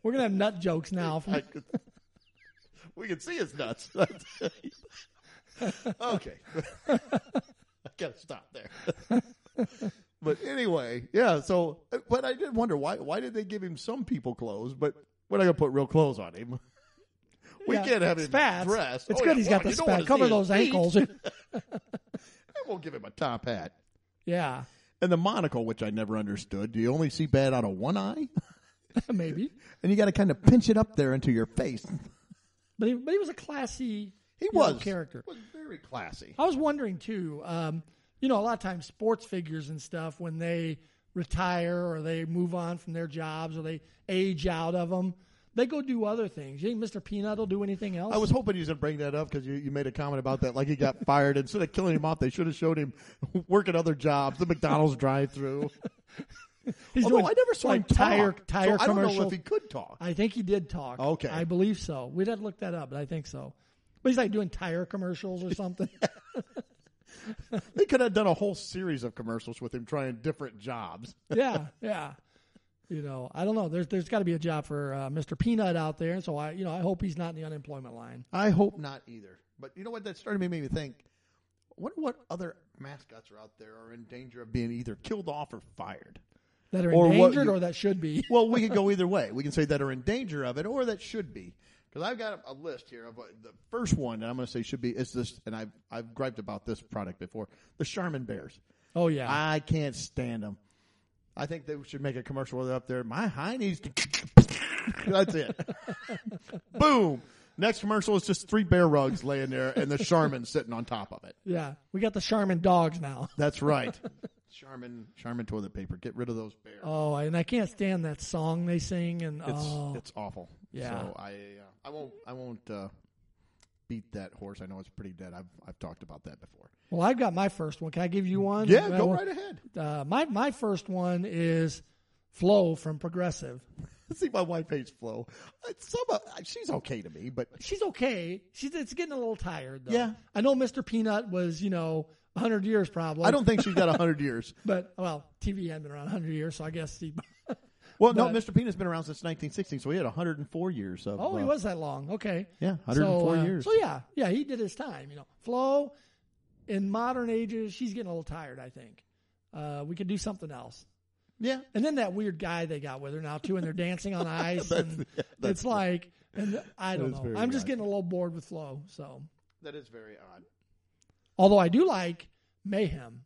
We're gonna have nut jokes now. From,
I could- we can see his nuts. [LAUGHS] okay, [LAUGHS] I gotta stop there. [LAUGHS] but anyway, yeah. So, but I did wonder why why did they give him some people clothes, but we're not gonna put real clothes on him. [LAUGHS] We
Yeah,
can't have him
spats.
dressed.
It's
Oh,
good
yeah,
he's got
well,
the
you don't wanna
spats. Cover
see his
those
feet.
ankles.
And we'll give him a top hat
[LAUGHS] yeah, [LAUGHS]
and the monocle, which I never understood. Do you only see bad out of one eye? [LAUGHS]
maybe.
And you got to kind of pinch it up there into your face.
But he, but he was a classy.
He
you know,
was
character.
Was very classy.
I was wondering too. Um, you know, a lot of times sports figures and stuff when they retire or they move on from their jobs or they age out of them, they go do other things. You think Mr. Peanut will do anything else?
I was hoping he was going to bring that up because you, you made a comment about that. Like he got fired. Instead of killing him off, they should have showed him [LAUGHS] working other jobs, the McDonald's drive [LAUGHS] through.
He's
Although
doing-
I never saw
doing
him talk,
tire
so
tire
I don't know
commercials.
if he could talk.
I think he did talk.
Okay.
I believe so. We'd have to look that up, but I think so. But he's like doing tire commercials or
[LAUGHS]
something.
They could have done a whole series of commercials with him trying different jobs.
yeah, yeah. You know, I don't know. There's there's got to be a job for uh, Mr. Peanut out there, and so I, you know, I hope he's not in the unemployment line.
I hope not either. But you know what? That started to make me think. Wonder what other mascots are out there are in danger of being either killed off or fired.
That are
Or what
endangered,
you-
or that should be.
Well, we could go either way. We can say that are in danger of it, or that should be. Because I've got a, a list here of uh, the first one that I'm going to say should be is this, and I've I've griped about this product before. The Charmin bears.
Oh yeah,
I can't stand them. I think they should make a commercial where they're up there. My high needs. To... [LAUGHS] That's it. [LAUGHS] Boom. Next commercial is just three bear rugs laying there and the Charmin sitting on top of it.
yeah. We got the Charmin dogs now.
That's right. Charmin, Charmin toilet paper. Get rid of those bears.
Oh, and I can't stand that song they sing. And
It's
oh,
it's awful.
Yeah.
So I uh, I won't I won't uh, beat that horse. I know it's pretty dead. I've I've talked about that before.
well, I've got my first one. Can I give you one?
Yeah,
Well,
go right ahead.
Uh, my my first one is Flo from Progressive.
[LAUGHS] See my wife hates Flo. It's Some uh, she's okay to me, but
she's okay. She's it's getting a little tired though.
Yeah.
I know Mr. Peanut was, you know, 100 years probably.
I don't think she's got hundred [LAUGHS] years.
but well, TV hadn't been around 100 years, so I guess he [LAUGHS]
Well, no,
But-
Mr. Peanut's been around since 1916, so he had 104 years of.
Oh, he
uh,
was that long. Okay.
Yeah, 104
so, uh,
years.
So yeah, yeah, he did his time, you know. Flo in modern ages, she's getting a little tired, I think. Uh, we could do something else.
Yeah,
And then that weird guy they got with her now too, and they're
[LAUGHS]
dancing on ice, and it's like, and I don't
is
know.
very
I'm just
odd.
getting a little bored with Flo. So,
that is very odd.
although I do like Mayhem,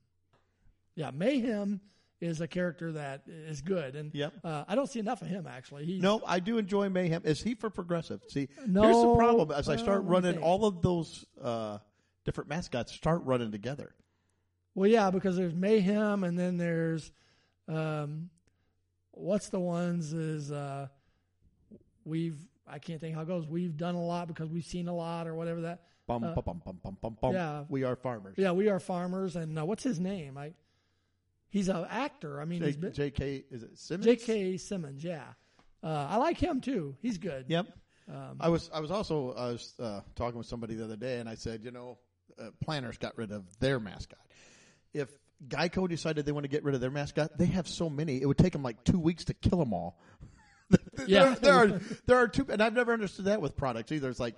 Yeah, Mayhem is a character that is good, and
Yep.
uh, I don't see enough of him actually. He's,
No, I do enjoy Mayhem. Is he for progressive? See, here's the
No, Oh,
problem. As I
well,
start
let me
running,
think.
all of those uh, different mascots start running together.
well, yeah, because there's Mayhem, and then there's um, what's the ones is uh, we've I can't think how it goes. We've done a lot because we've seen a lot or whatever that.
Bum,
Uh,
bum, bum, bum, bum, bum, bum.
yeah.
We are farmers.
Yeah, we are farmers, and uh, what's his name? I he's an actor. I mean, he's been,
J- J.K. Is it Simmons?
J.K. Simmons. Yeah, uh, I like him too. He's good.
Yep. I was I was also I was uh, talking with somebody the other day, and I said, you know, uh, Planners got rid of their mascot. If Geico decided they want to get rid of their mascot, they have so many; it would take them like two weeks to kill them all. [LAUGHS]
Yeah.
there, there are there are two, and I've never understood that with products either. It's like,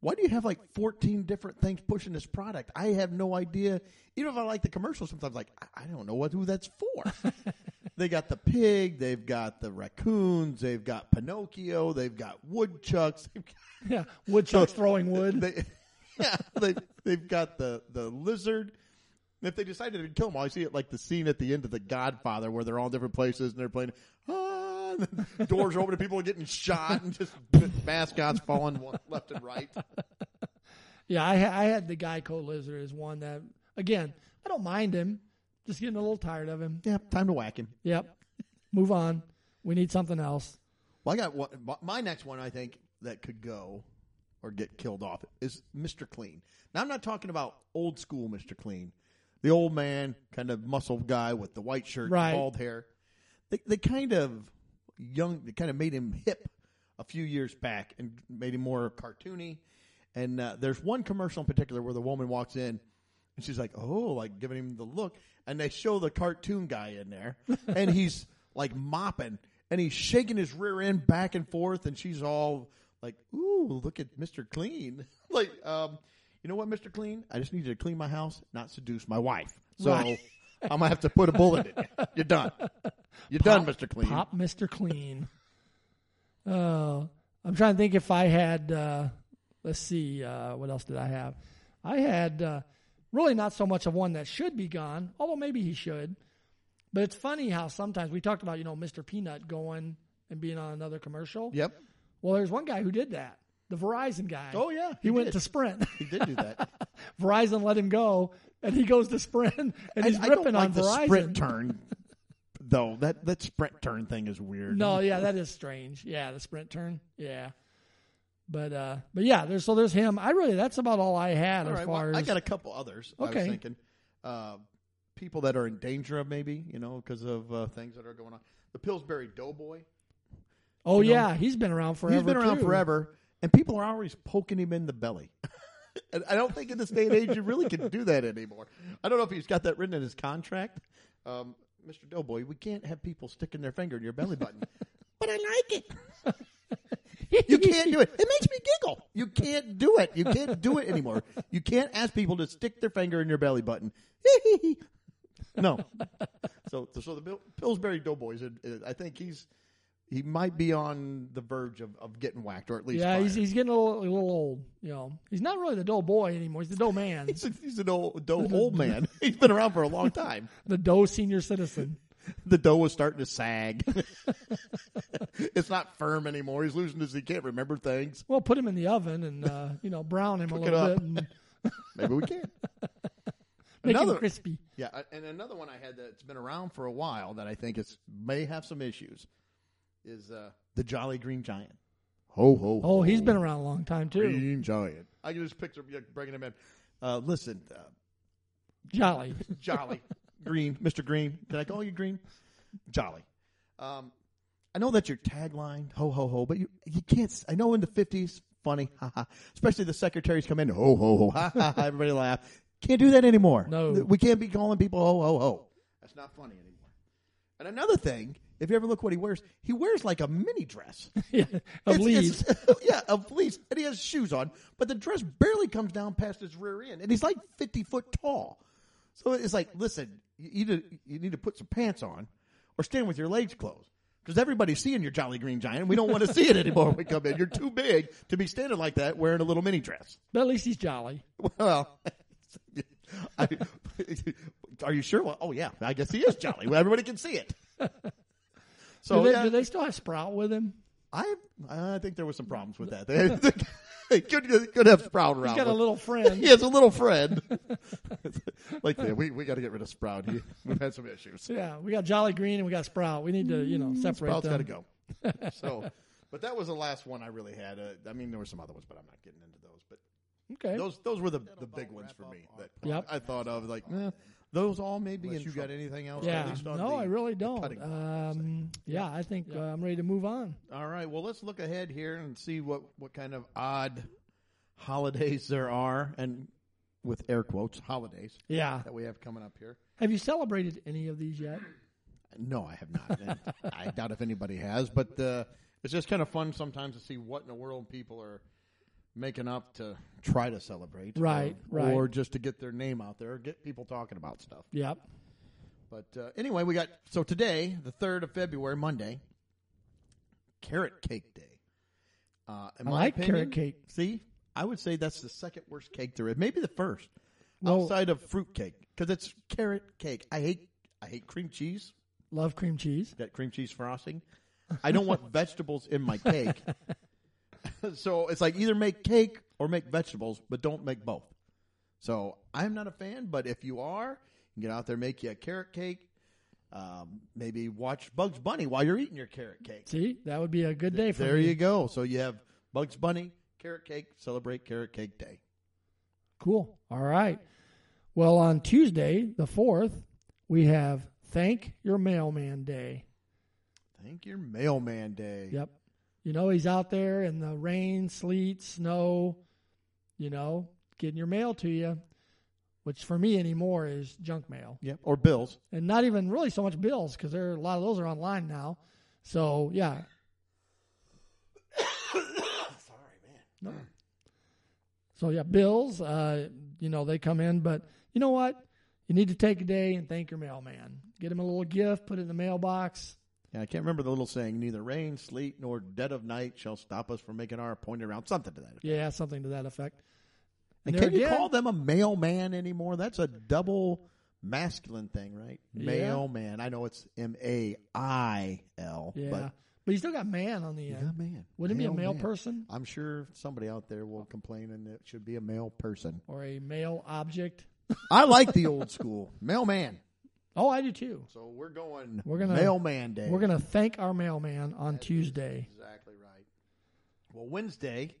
why do you have like fourteen different things pushing this product? I have no idea. Even if I like the commercials, sometimes like I, I don't know what who that's for. They got the pig, they've got the raccoons, they've got Pinocchio, they've got woodchucks, they've got,
[LAUGHS] Yeah, woodchucks throwing wood.
they, [LAUGHS] yeah, they, they've got the, the lizard. And If they decided to kill them all, I see it like the scene at the end of The Godfather where they're all in different places and they're playing, ah, and the [LAUGHS] doors are open and people are getting shot and just [LAUGHS] mascots falling one- left and right.
Yeah, I, ha- I had the Geico lizard as one that again I don't mind him. Just getting a little tired of him.
Yeah, time to whack him.
Yep. Move on. We need something else.
Well, I got one. my- My next one, I think that could go or get killed off is Mister Clean. Now, I'm not talking about old school Mister Clean, the old man kind of muscle guy with the white shirt,
Right.
bald hair. They they kind of young, they kind of made him hip a few years back and made him more cartoony. And uh, there's one commercial in particular where the woman walks in and she's like, "Oh," like giving him the look, and they show the cartoon guy in there, and he's like mopping, and he's shaking his rear end back and forth, and she's all like, "Ooh, look at Mister Clean!" [LAUGHS] like, um, you know what, Mister Clean? I just need you to clean my house, not seduce my wife. So
Right.
I'm gonna have to put a bullet in you. You're done. You're done, Mister Clean.
Pop Mr. Clean. [LAUGHS] Uh, I'm trying to think if I had, uh, let's see, uh, what else did I have? I had uh, really not so much of one that should be gone, although maybe he should. But it's funny how sometimes we talked about, you know, Mr. Peanut going and being on another commercial.
Yep,
Well, there's one guy who did that, the Verizon guy.
Oh, yeah,
He,
he
went
did.
to Sprint. [LAUGHS]
he did do that.
Verizon let him go, and he goes to Sprint, and he's
I, I
ripping
don't like
on
the
Verizon.
sprint turn. Though that that sprint turn thing is weird.
No, yeah, that is strange. Yeah, the sprint turn. Yeah. But uh but yeah, there's so there's him. I really that's about all I had
All
as
right,
far
well,
as
I got a couple others. I was
Okay.
thinking uh, people that are in danger of maybe you know because of uh, things that are going on. The Pillsbury Doughboy.
Oh
you know,
yeah, he's been around forever.
He's been around
too. [LAUGHS]
forever, and people are always poking him in the belly. [LAUGHS] and I don't think in this day and age you really can do that anymore. I don't know if he's got that written in his contract, um, Mr. Doughboy. We can't have people sticking their finger in your belly button. [LAUGHS] but I like it. You can't do it. It makes me giggle. You can't do it. You can't do it anymore. You can't ask people to stick their finger in your belly button. [LAUGHS] no. So, so the Bill, Pillsbury Doughboys, uh, uh, I think he's he might be on the verge of, of getting whacked, or at least
[LAUGHS] Yeah,
fired.
he's, he's getting a little, a little old. You know, he's not really the dough boy anymore. He's the
[LAUGHS]
dough man,
He's, a- he's an old dough old man. [LAUGHS] He's been around for a long time.
the dough senior citizen.
The dough was starting to sag. [LAUGHS] it's not firm anymore. He's losing his. He can't remember things.
Well, put him in the oven and uh, you know brown him a
it
little
up.
bit and make
Maybe we can.
him crispy.
Yeah, I- Uh, and another one I had that's been around for a while that I think is may have some issues is uh, the Jolly Green Giant. Ho ho!
Oh, he's been around a long time too.
Green Giant. I can just picture you bringing him in. Uh, listen, uh,
Jolly. [LAUGHS]
Jolly [LAUGHS] Green, Mister Green. Did I call you Green? Jolly. Um, I know that's your tagline, ho ho ho, but you you can't. s- I know in the fifties, funny, [LAUGHS] ha ha. Especially the secretaries come in, ho ho [LAUGHS] ho, ha ha. ha, Everybody laugh. Can't do that anymore.
No.
we can't be calling people ho ho ho. That's not funny anymore. And another thing, if you ever look what he wears, he wears like a mini dress.
yeah, a
It's-
lead.
it's- [LAUGHS] yeah, a fleece. And he has shoes on, but the dress barely comes down past his rear end. And he's like 50 foot tall. So it's like, listen, you you need to, you need to put some pants on or stand with your legs closed. Because everybody's seeing your Jolly Green Giant. and We don't want to [LAUGHS] see it anymore when we come in. You're too big to be standing like that wearing a little mini dress. [LAUGHS]
But at least he's jolly.
Well, I, [LAUGHS] Are you sure? Well, oh yeah, I guess he is jolly. Everybody can see it. [LAUGHS]
do,
So
they,
Oh, yeah,
do they still have Sprout with him?
I I think there were some problems with that. [LAUGHS] They,
[LAUGHS]
they could could have Sprout around.
He's got a
with-
little friend.
he has a little
[LAUGHS]
friend. like yeah, we we got to get rid of Sprout. He, we've had some
[LAUGHS]
issues.
Yeah, we got Jolly Green and we got Sprout. We need to, you know, separate
Mm, Sprout's got to
them.
go.
[LAUGHS]
So, but that was the last one I really had. Uh, I mean, there were some other ones, but I'm not getting into those. But
Okay.
those those were the, the big ones for me that
Yep.
I thought of. Like eh, those all maybe. And you got anything else?
yeah.
At least on
No,
the-
I really
the
don't.
cutting board, I'd say.
Um, yeah, I think uh, I'm ready to move on.
All right. Well, let's look ahead here and see what, what kind of odd holidays there are, and with air quotes, holidays
Yeah.
that we have coming up here.
Have you celebrated any of these yet?
No, I have not. And [LAUGHS] I doubt if anybody has, but uh, it's just kind of fun sometimes to see what in the world people are making up to try to celebrate.
Right,
or,
right.
Or just to get their name out there, get people talking about stuff.
Yep.
But uh, anyway, we got so today, the third of February, Monday, carrot cake day. Uh, in
I
my
like
opinion,
carrot cake.
See, I would say that's the second worst cake there is, maybe the first,
Well-
outside of fruit cake, because it's carrot cake. I hate, I hate cream cheese.
Love cream cheese.
That cream cheese frosting. I don't
[LAUGHS]
want vegetables in my cake. [LAUGHS] so it's like either make cake or make vegetables, but don't make both. So I'm not a fan, but if you are, you can get out there, make you a carrot cake. Um, maybe watch Bugs Bunny while you're eating your carrot cake.
See, that would be a good day for
There
me.
you go. So you have Bugs Bunny, carrot cake, celebrate carrot cake day.
Cool. All right. Well, on Tuesday, the 4th, we have Thank Your Mailman Day.
Thank your mailman day.
Yep. You know, he's out there in the rain, sleet, snow, you know, getting your mail to you, which for me anymore is junk mail.
Yep. Or bills.
And not even really so much bills because there are a lot of those are online now. So,
[COUGHS]
yeah. Sorry, man. No. So, yeah, bills, uh, you know, they come in, but you know what? You need to take a day and thank your mailman. Get him a little gift, put it in the mailbox.
Yeah, I can't remember the little saying. Neither rain, sleet, nor dead of night shall stop us from making our appointed round. Something to that. effect.
Yeah, something to that effect.
And
there
can you
again-
call them a mailman anymore? That's a double masculine thing, right?
Yeah.
Mailman. I know it's M A I L,
Yeah,
but
but, you still got man on the end.
yeah, man.
Wouldn't it be a male
Mailman.
person
I'm sure somebody out there will complain, and it should be a male person.
or a male object?
I like the old school mailman.
Oh, I do too.
So we're going.
We're gonna-
mailman day.
We're gonna thank our mailman on Tuesday.
Exactly right. Well, Wednesday,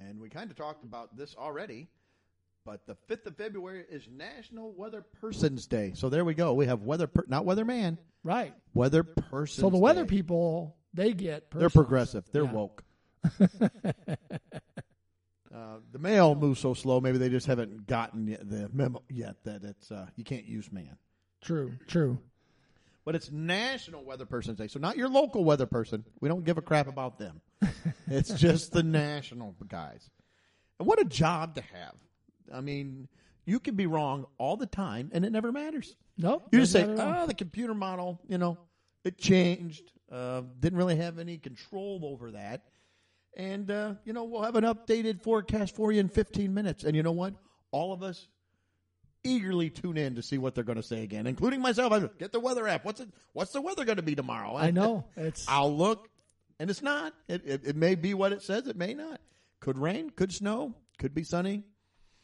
and we kind of talked about this already, but the 5th of February is National Weather Persons Day. So there we go. We have weather, per- not weatherman,
Right.
weather person.
So the weather people they get
They're
persons.
progressive. They're
Yeah. [LAUGHS]
woke. Uh, the mail moves so slow. Maybe they just haven't gotten yet the memo yet that it's uh, you can't use man.
True. True.
But it's National Weather Person's Day, so not your local weather person. We don't give a crap about them. it's just the national guys. And what a job to have! I mean, you can be wrong all the time, and it never matters.
Nope.
You just say,
doesn't matter at all.
"Ah, the computer model, you know, it changed. Uh, didn't really have any control over that." And uh, you know, we'll have an updated forecast for you in 15 minutes. And you know what? All of us eagerly tune in to see what they're going to say again, including myself. I get the weather app. What's it? What's the weather going to be tomorrow?
I know it's
[LAUGHS] I'll look, and it's not. It, it, it may be what it says. It may not. Could rain. Could snow. Could be sunny.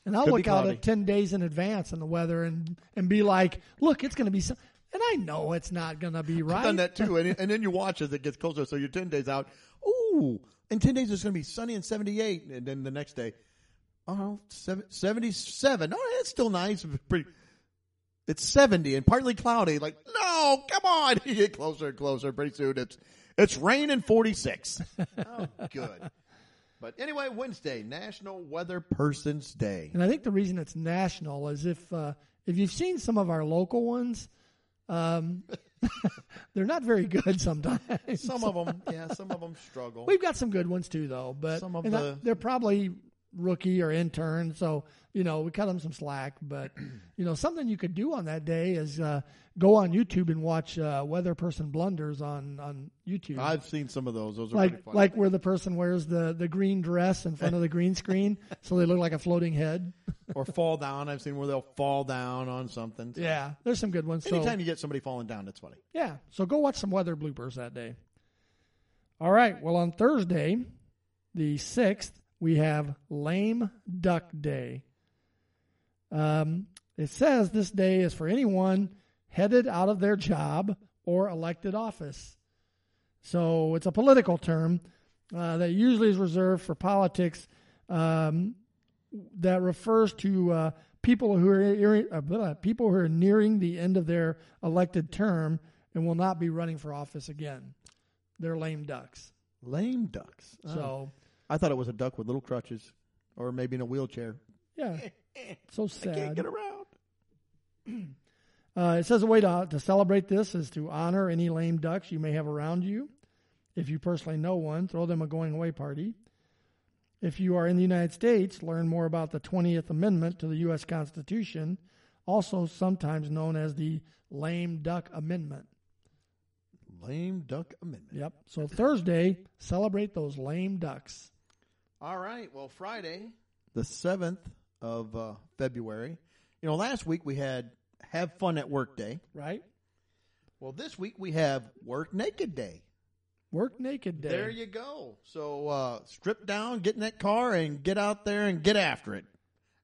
and I'll
could be
look out
cloudy.
at ten days in advance on the weather and and be like, look, it's gonna be some, and I know it's not gonna be right.
done that too. And, and then you watch as it gets closer. So you're 10 days out. Ooh, in 10 days it's going to be sunny and 78. And then the next day, oh, seven- 77. Oh, that's still nice. Pretty. It's 70 and partly cloudy. Like, no, come on. [LAUGHS] You get closer and closer. Pretty soon it's, it's rain and 46. oh, good. But anyway, Wednesday, National Weather Persons Day.
And I think the reason it's national is if uh, if you've seen some of our local ones, um, [LAUGHS] they're not very good sometimes. [LAUGHS]
Some of them, yeah, some of them struggle.
We've got some good ones too, though. But
Some of
and I-
the-
they're probably rookie or intern, so you know we cut them some slack. But [CLEARS THROAT] you know something you could do on that day is uh, go on YouTube and watch uh, weather person blunders on on YouTube.
I've seen some of those. Those are
like
pretty fun.
like where the person wears the the green dress in front of the green screen, so they look like a floating head.
or fall down. I've seen where they'll fall down on something.
Yeah, there's some good ones. So,
Anytime you get somebody falling down, it's funny.
yeah, so go watch some weather bloopers that day. All right. Well, on Thursday, the sixth, we have Lame Duck Day. Um, it says this day is for anyone headed out of their job or elected office. So it's a political term uh, that usually is reserved for politics um, that refers to uh, people who are ear- uh, blah, people who are nearing the end of their elected term and will not be running for office again. They're lame ducks.
Lame ducks. Oh.
So
I thought it was a duck with little crutches, or maybe in a wheelchair. [LAUGHS]
yeah, so sad.
Can't get around.
Uh, it says a way to, to celebrate this is to honor any lame ducks you may have around you. If you personally know one, throw them a going away party. If you are in the United States, learn more about the 20th Amendment to the U.S. Constitution, also sometimes known as the Lame Duck Amendment.
Lame duck amendment.
Yep. So Thursday, celebrate those lame ducks.
All right. Well, Friday.
The seventh of uh, February. You know, last week we had Have Fun at Work Day.
Right?
Well, this week we have Work Naked Day.
Work naked day.
There you go.
So uh, strip down, get in that car, and get out there and get after it.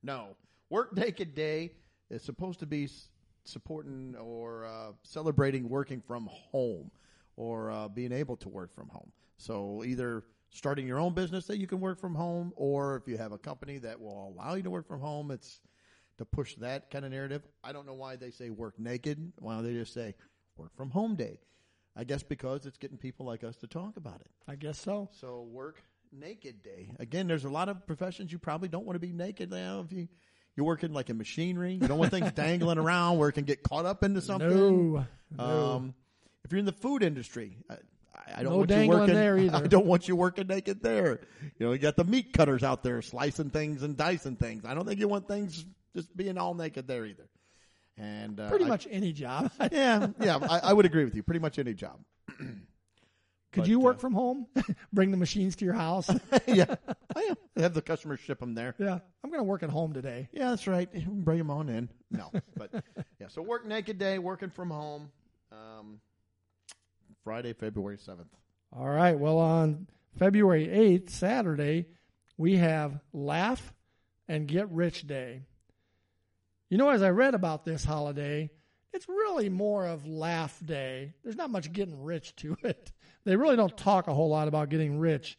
No, Work Naked Day is supposed to be s- supporting or uh, celebrating working from home or uh, being able to work from home. So either starting your own business that you can work from home, or if you have a company that will allow you to work from home, it's to push that kind of narrative. I don't know why they say work naked. Why don't they just say work from home day? I guess because it's getting people like us to talk about it.
I guess so.
So work naked day.
Again, there's a lot of professions you probably don't want to be naked now. If you you're working like in machinery, you don't want
[LAUGHS]
things dangling around where it can get caught up into something.
No.
Um, if you're in the food industry, I, I don't
No
want you
dangling
working
there
[LAUGHS]
either.
I don't want you working naked there. You know, you got the meat cutters out there slicing things and dicing things. I don't think you want things just being all naked there either. And uh,
Pretty
I-
much any job.
[LAUGHS]
[LAUGHS]
yeah, yeah, I, I would agree with you. Pretty much any job. [LAUGHS]
Could
But,
you work
uh,
from home? [LAUGHS] Bring the machines to your house? [LAUGHS]
yeah, I am. They have the customers ship them there.
yeah. I'm going to work at home today.
Yeah, that's right. [LAUGHS] Bring them on in.
No, but
[LAUGHS]
yeah. So work naked day, working from home. Um,
Friday, February 7th.
All right. Well, on February 8th, Saturday, we have Laugh and Get Rich Day. You know, as I read about this holiday, it's really more of laugh day. There's not much getting rich to [LAUGHS] it. They really don't talk a whole lot about getting rich.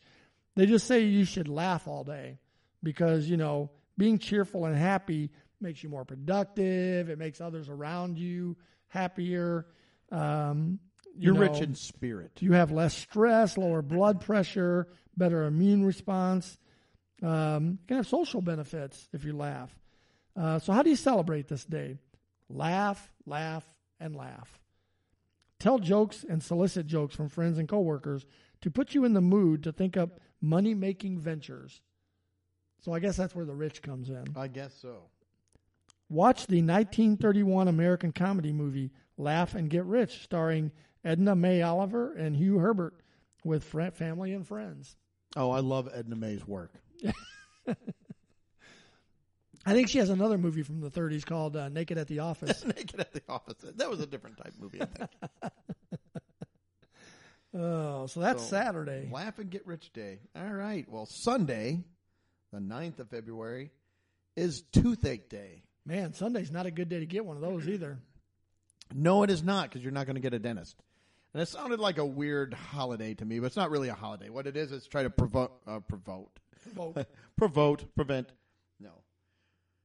They just say you should laugh all day because, you know, being cheerful and happy makes you more productive. It makes others around you happier. Um, you
You're rich
know,
in spirit.
you have less stress, lower blood pressure, better immune response. Um, you can have social benefits if you laugh. Uh, so, how do you celebrate this day? Laugh, laugh, and laugh. Tell jokes and solicit jokes from friends and coworkers to put you in the mood to think up money making ventures. So, I guess that's where the rich comes in.
I guess so.
Watch the 1931 American comedy movie Laugh and Get Rich, starring Edna May Oliver and Hugh Herbert, with fr- family and friends.
Oh, I love Edna May's work. [LAUGHS]
I think she has another movie from the 30s called uh, Naked at
[LAUGHS]
the Office.
Naked at the office. That was a different type movie, I
[LAUGHS]
think.
oh, so that's
So,
Saturday.
Laugh and get rich day.
All right. Well, Sunday, the 9th of February, is Toothache Day.
Man, Sunday's not a good day to get one of those either.
No, it is not because you're not going to get a dentist. And it sounded like a weird holiday to me, but it's not really a holiday. What it is, is try to provoke, uh, provoke, [LAUGHS]
Vote.
provoke, prevent.
No.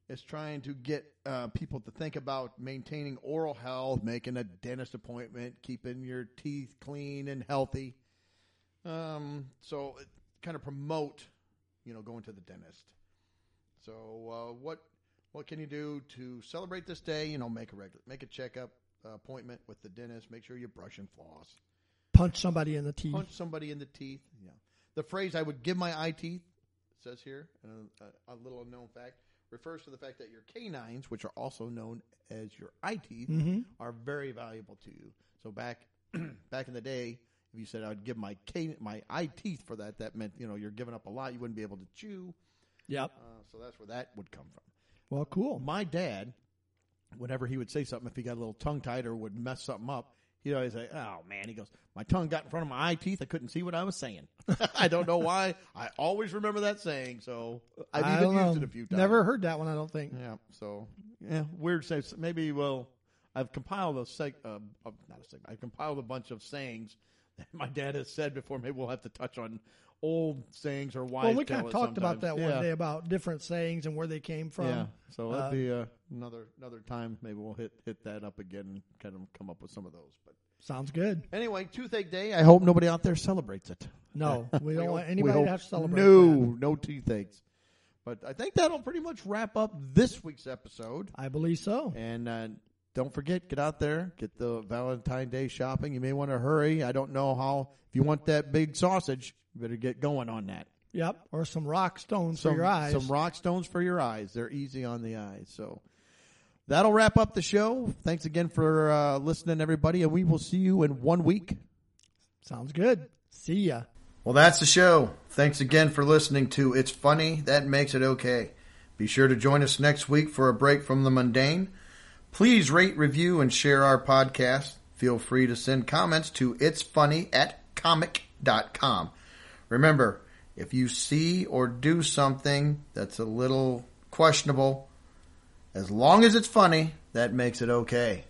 It's trying to get uh, people to think about maintaining oral health,
making a dentist appointment, keeping your teeth clean and healthy.
um, so it kind of promote, you know, going to the dentist. So uh, what what can you do to celebrate this day? You know, make a regular, make a checkup uh, appointment with the dentist. Make sure you brush and floss.
Punch somebody in the teeth.
Punch somebody in the teeth. Yeah, the phrase "I would give my eye teeth" says here, and uh, a, a little known fact refers to the fact that your canines, which are also known as your eye teeth, are very valuable to you.
So back
[CLEARS THROAT]
back in the day, if you said I would give my can- my eye teeth for that, that meant you know you're giving up a lot. You wouldn't be able to chew.
Yep.
Uh, so that's where that would come from.
Well, cool.
my dad, whenever he would say something, if he got a little tongue tied or would mess something up, he'd always say, "Oh man," he goes, "My tongue got in front of my eye teeth. I couldn't see what I was saying. [LAUGHS] I don't know why. I always remember that saying, so I've
I
even
don't
used
know.
it a few times.
Never heard that one. I don't think.
Yeah. So yeah, weird. Saying maybe. Well, I've compiled a seg. Uh, uh, not a seg. I've compiled a bunch of sayings [LAUGHS] that my dad has said before. Maybe we'll have to touch on old sayings or why.
well, we kind of talked about that
yeah.
one day about different sayings and where they came from.
Yeah. So
Uh,
that'd be uh, another another time. Maybe we'll hit hit that up again and kind of come up with some of those. But
Sounds good.
anyway, toothache day. I hope nobody out there celebrates it. [LAUGHS]
No, we don't want
hope-
anybody
we
to
hope-
have to celebrate.
No,
that.
no toothaches. But I think that'll pretty much wrap up this week's episode.
I believe so.
And uh, don't forget, get out there, get the Valentine Day shopping. You may want to hurry. I don't know how. If you want that big sausage, you better get going on that.
Yep. Or some rock stones for your eyes.
Some rock stones for your eyes. They're easy on the eyes. So that'll wrap up the show. Thanks again for uh, listening, everybody, and we will see you in one week.
Sounds good. See ya.
Well, that's the show. Thanks again for listening to It's Funny, That Makes It Okay. Be sure to join us next week for a break from the mundane. Please rate, review, and share our podcast. Feel free to send comments to It's Funny at comic.com. Remember, if you see or do something that's a little questionable, as long as it's funny, that makes it okay.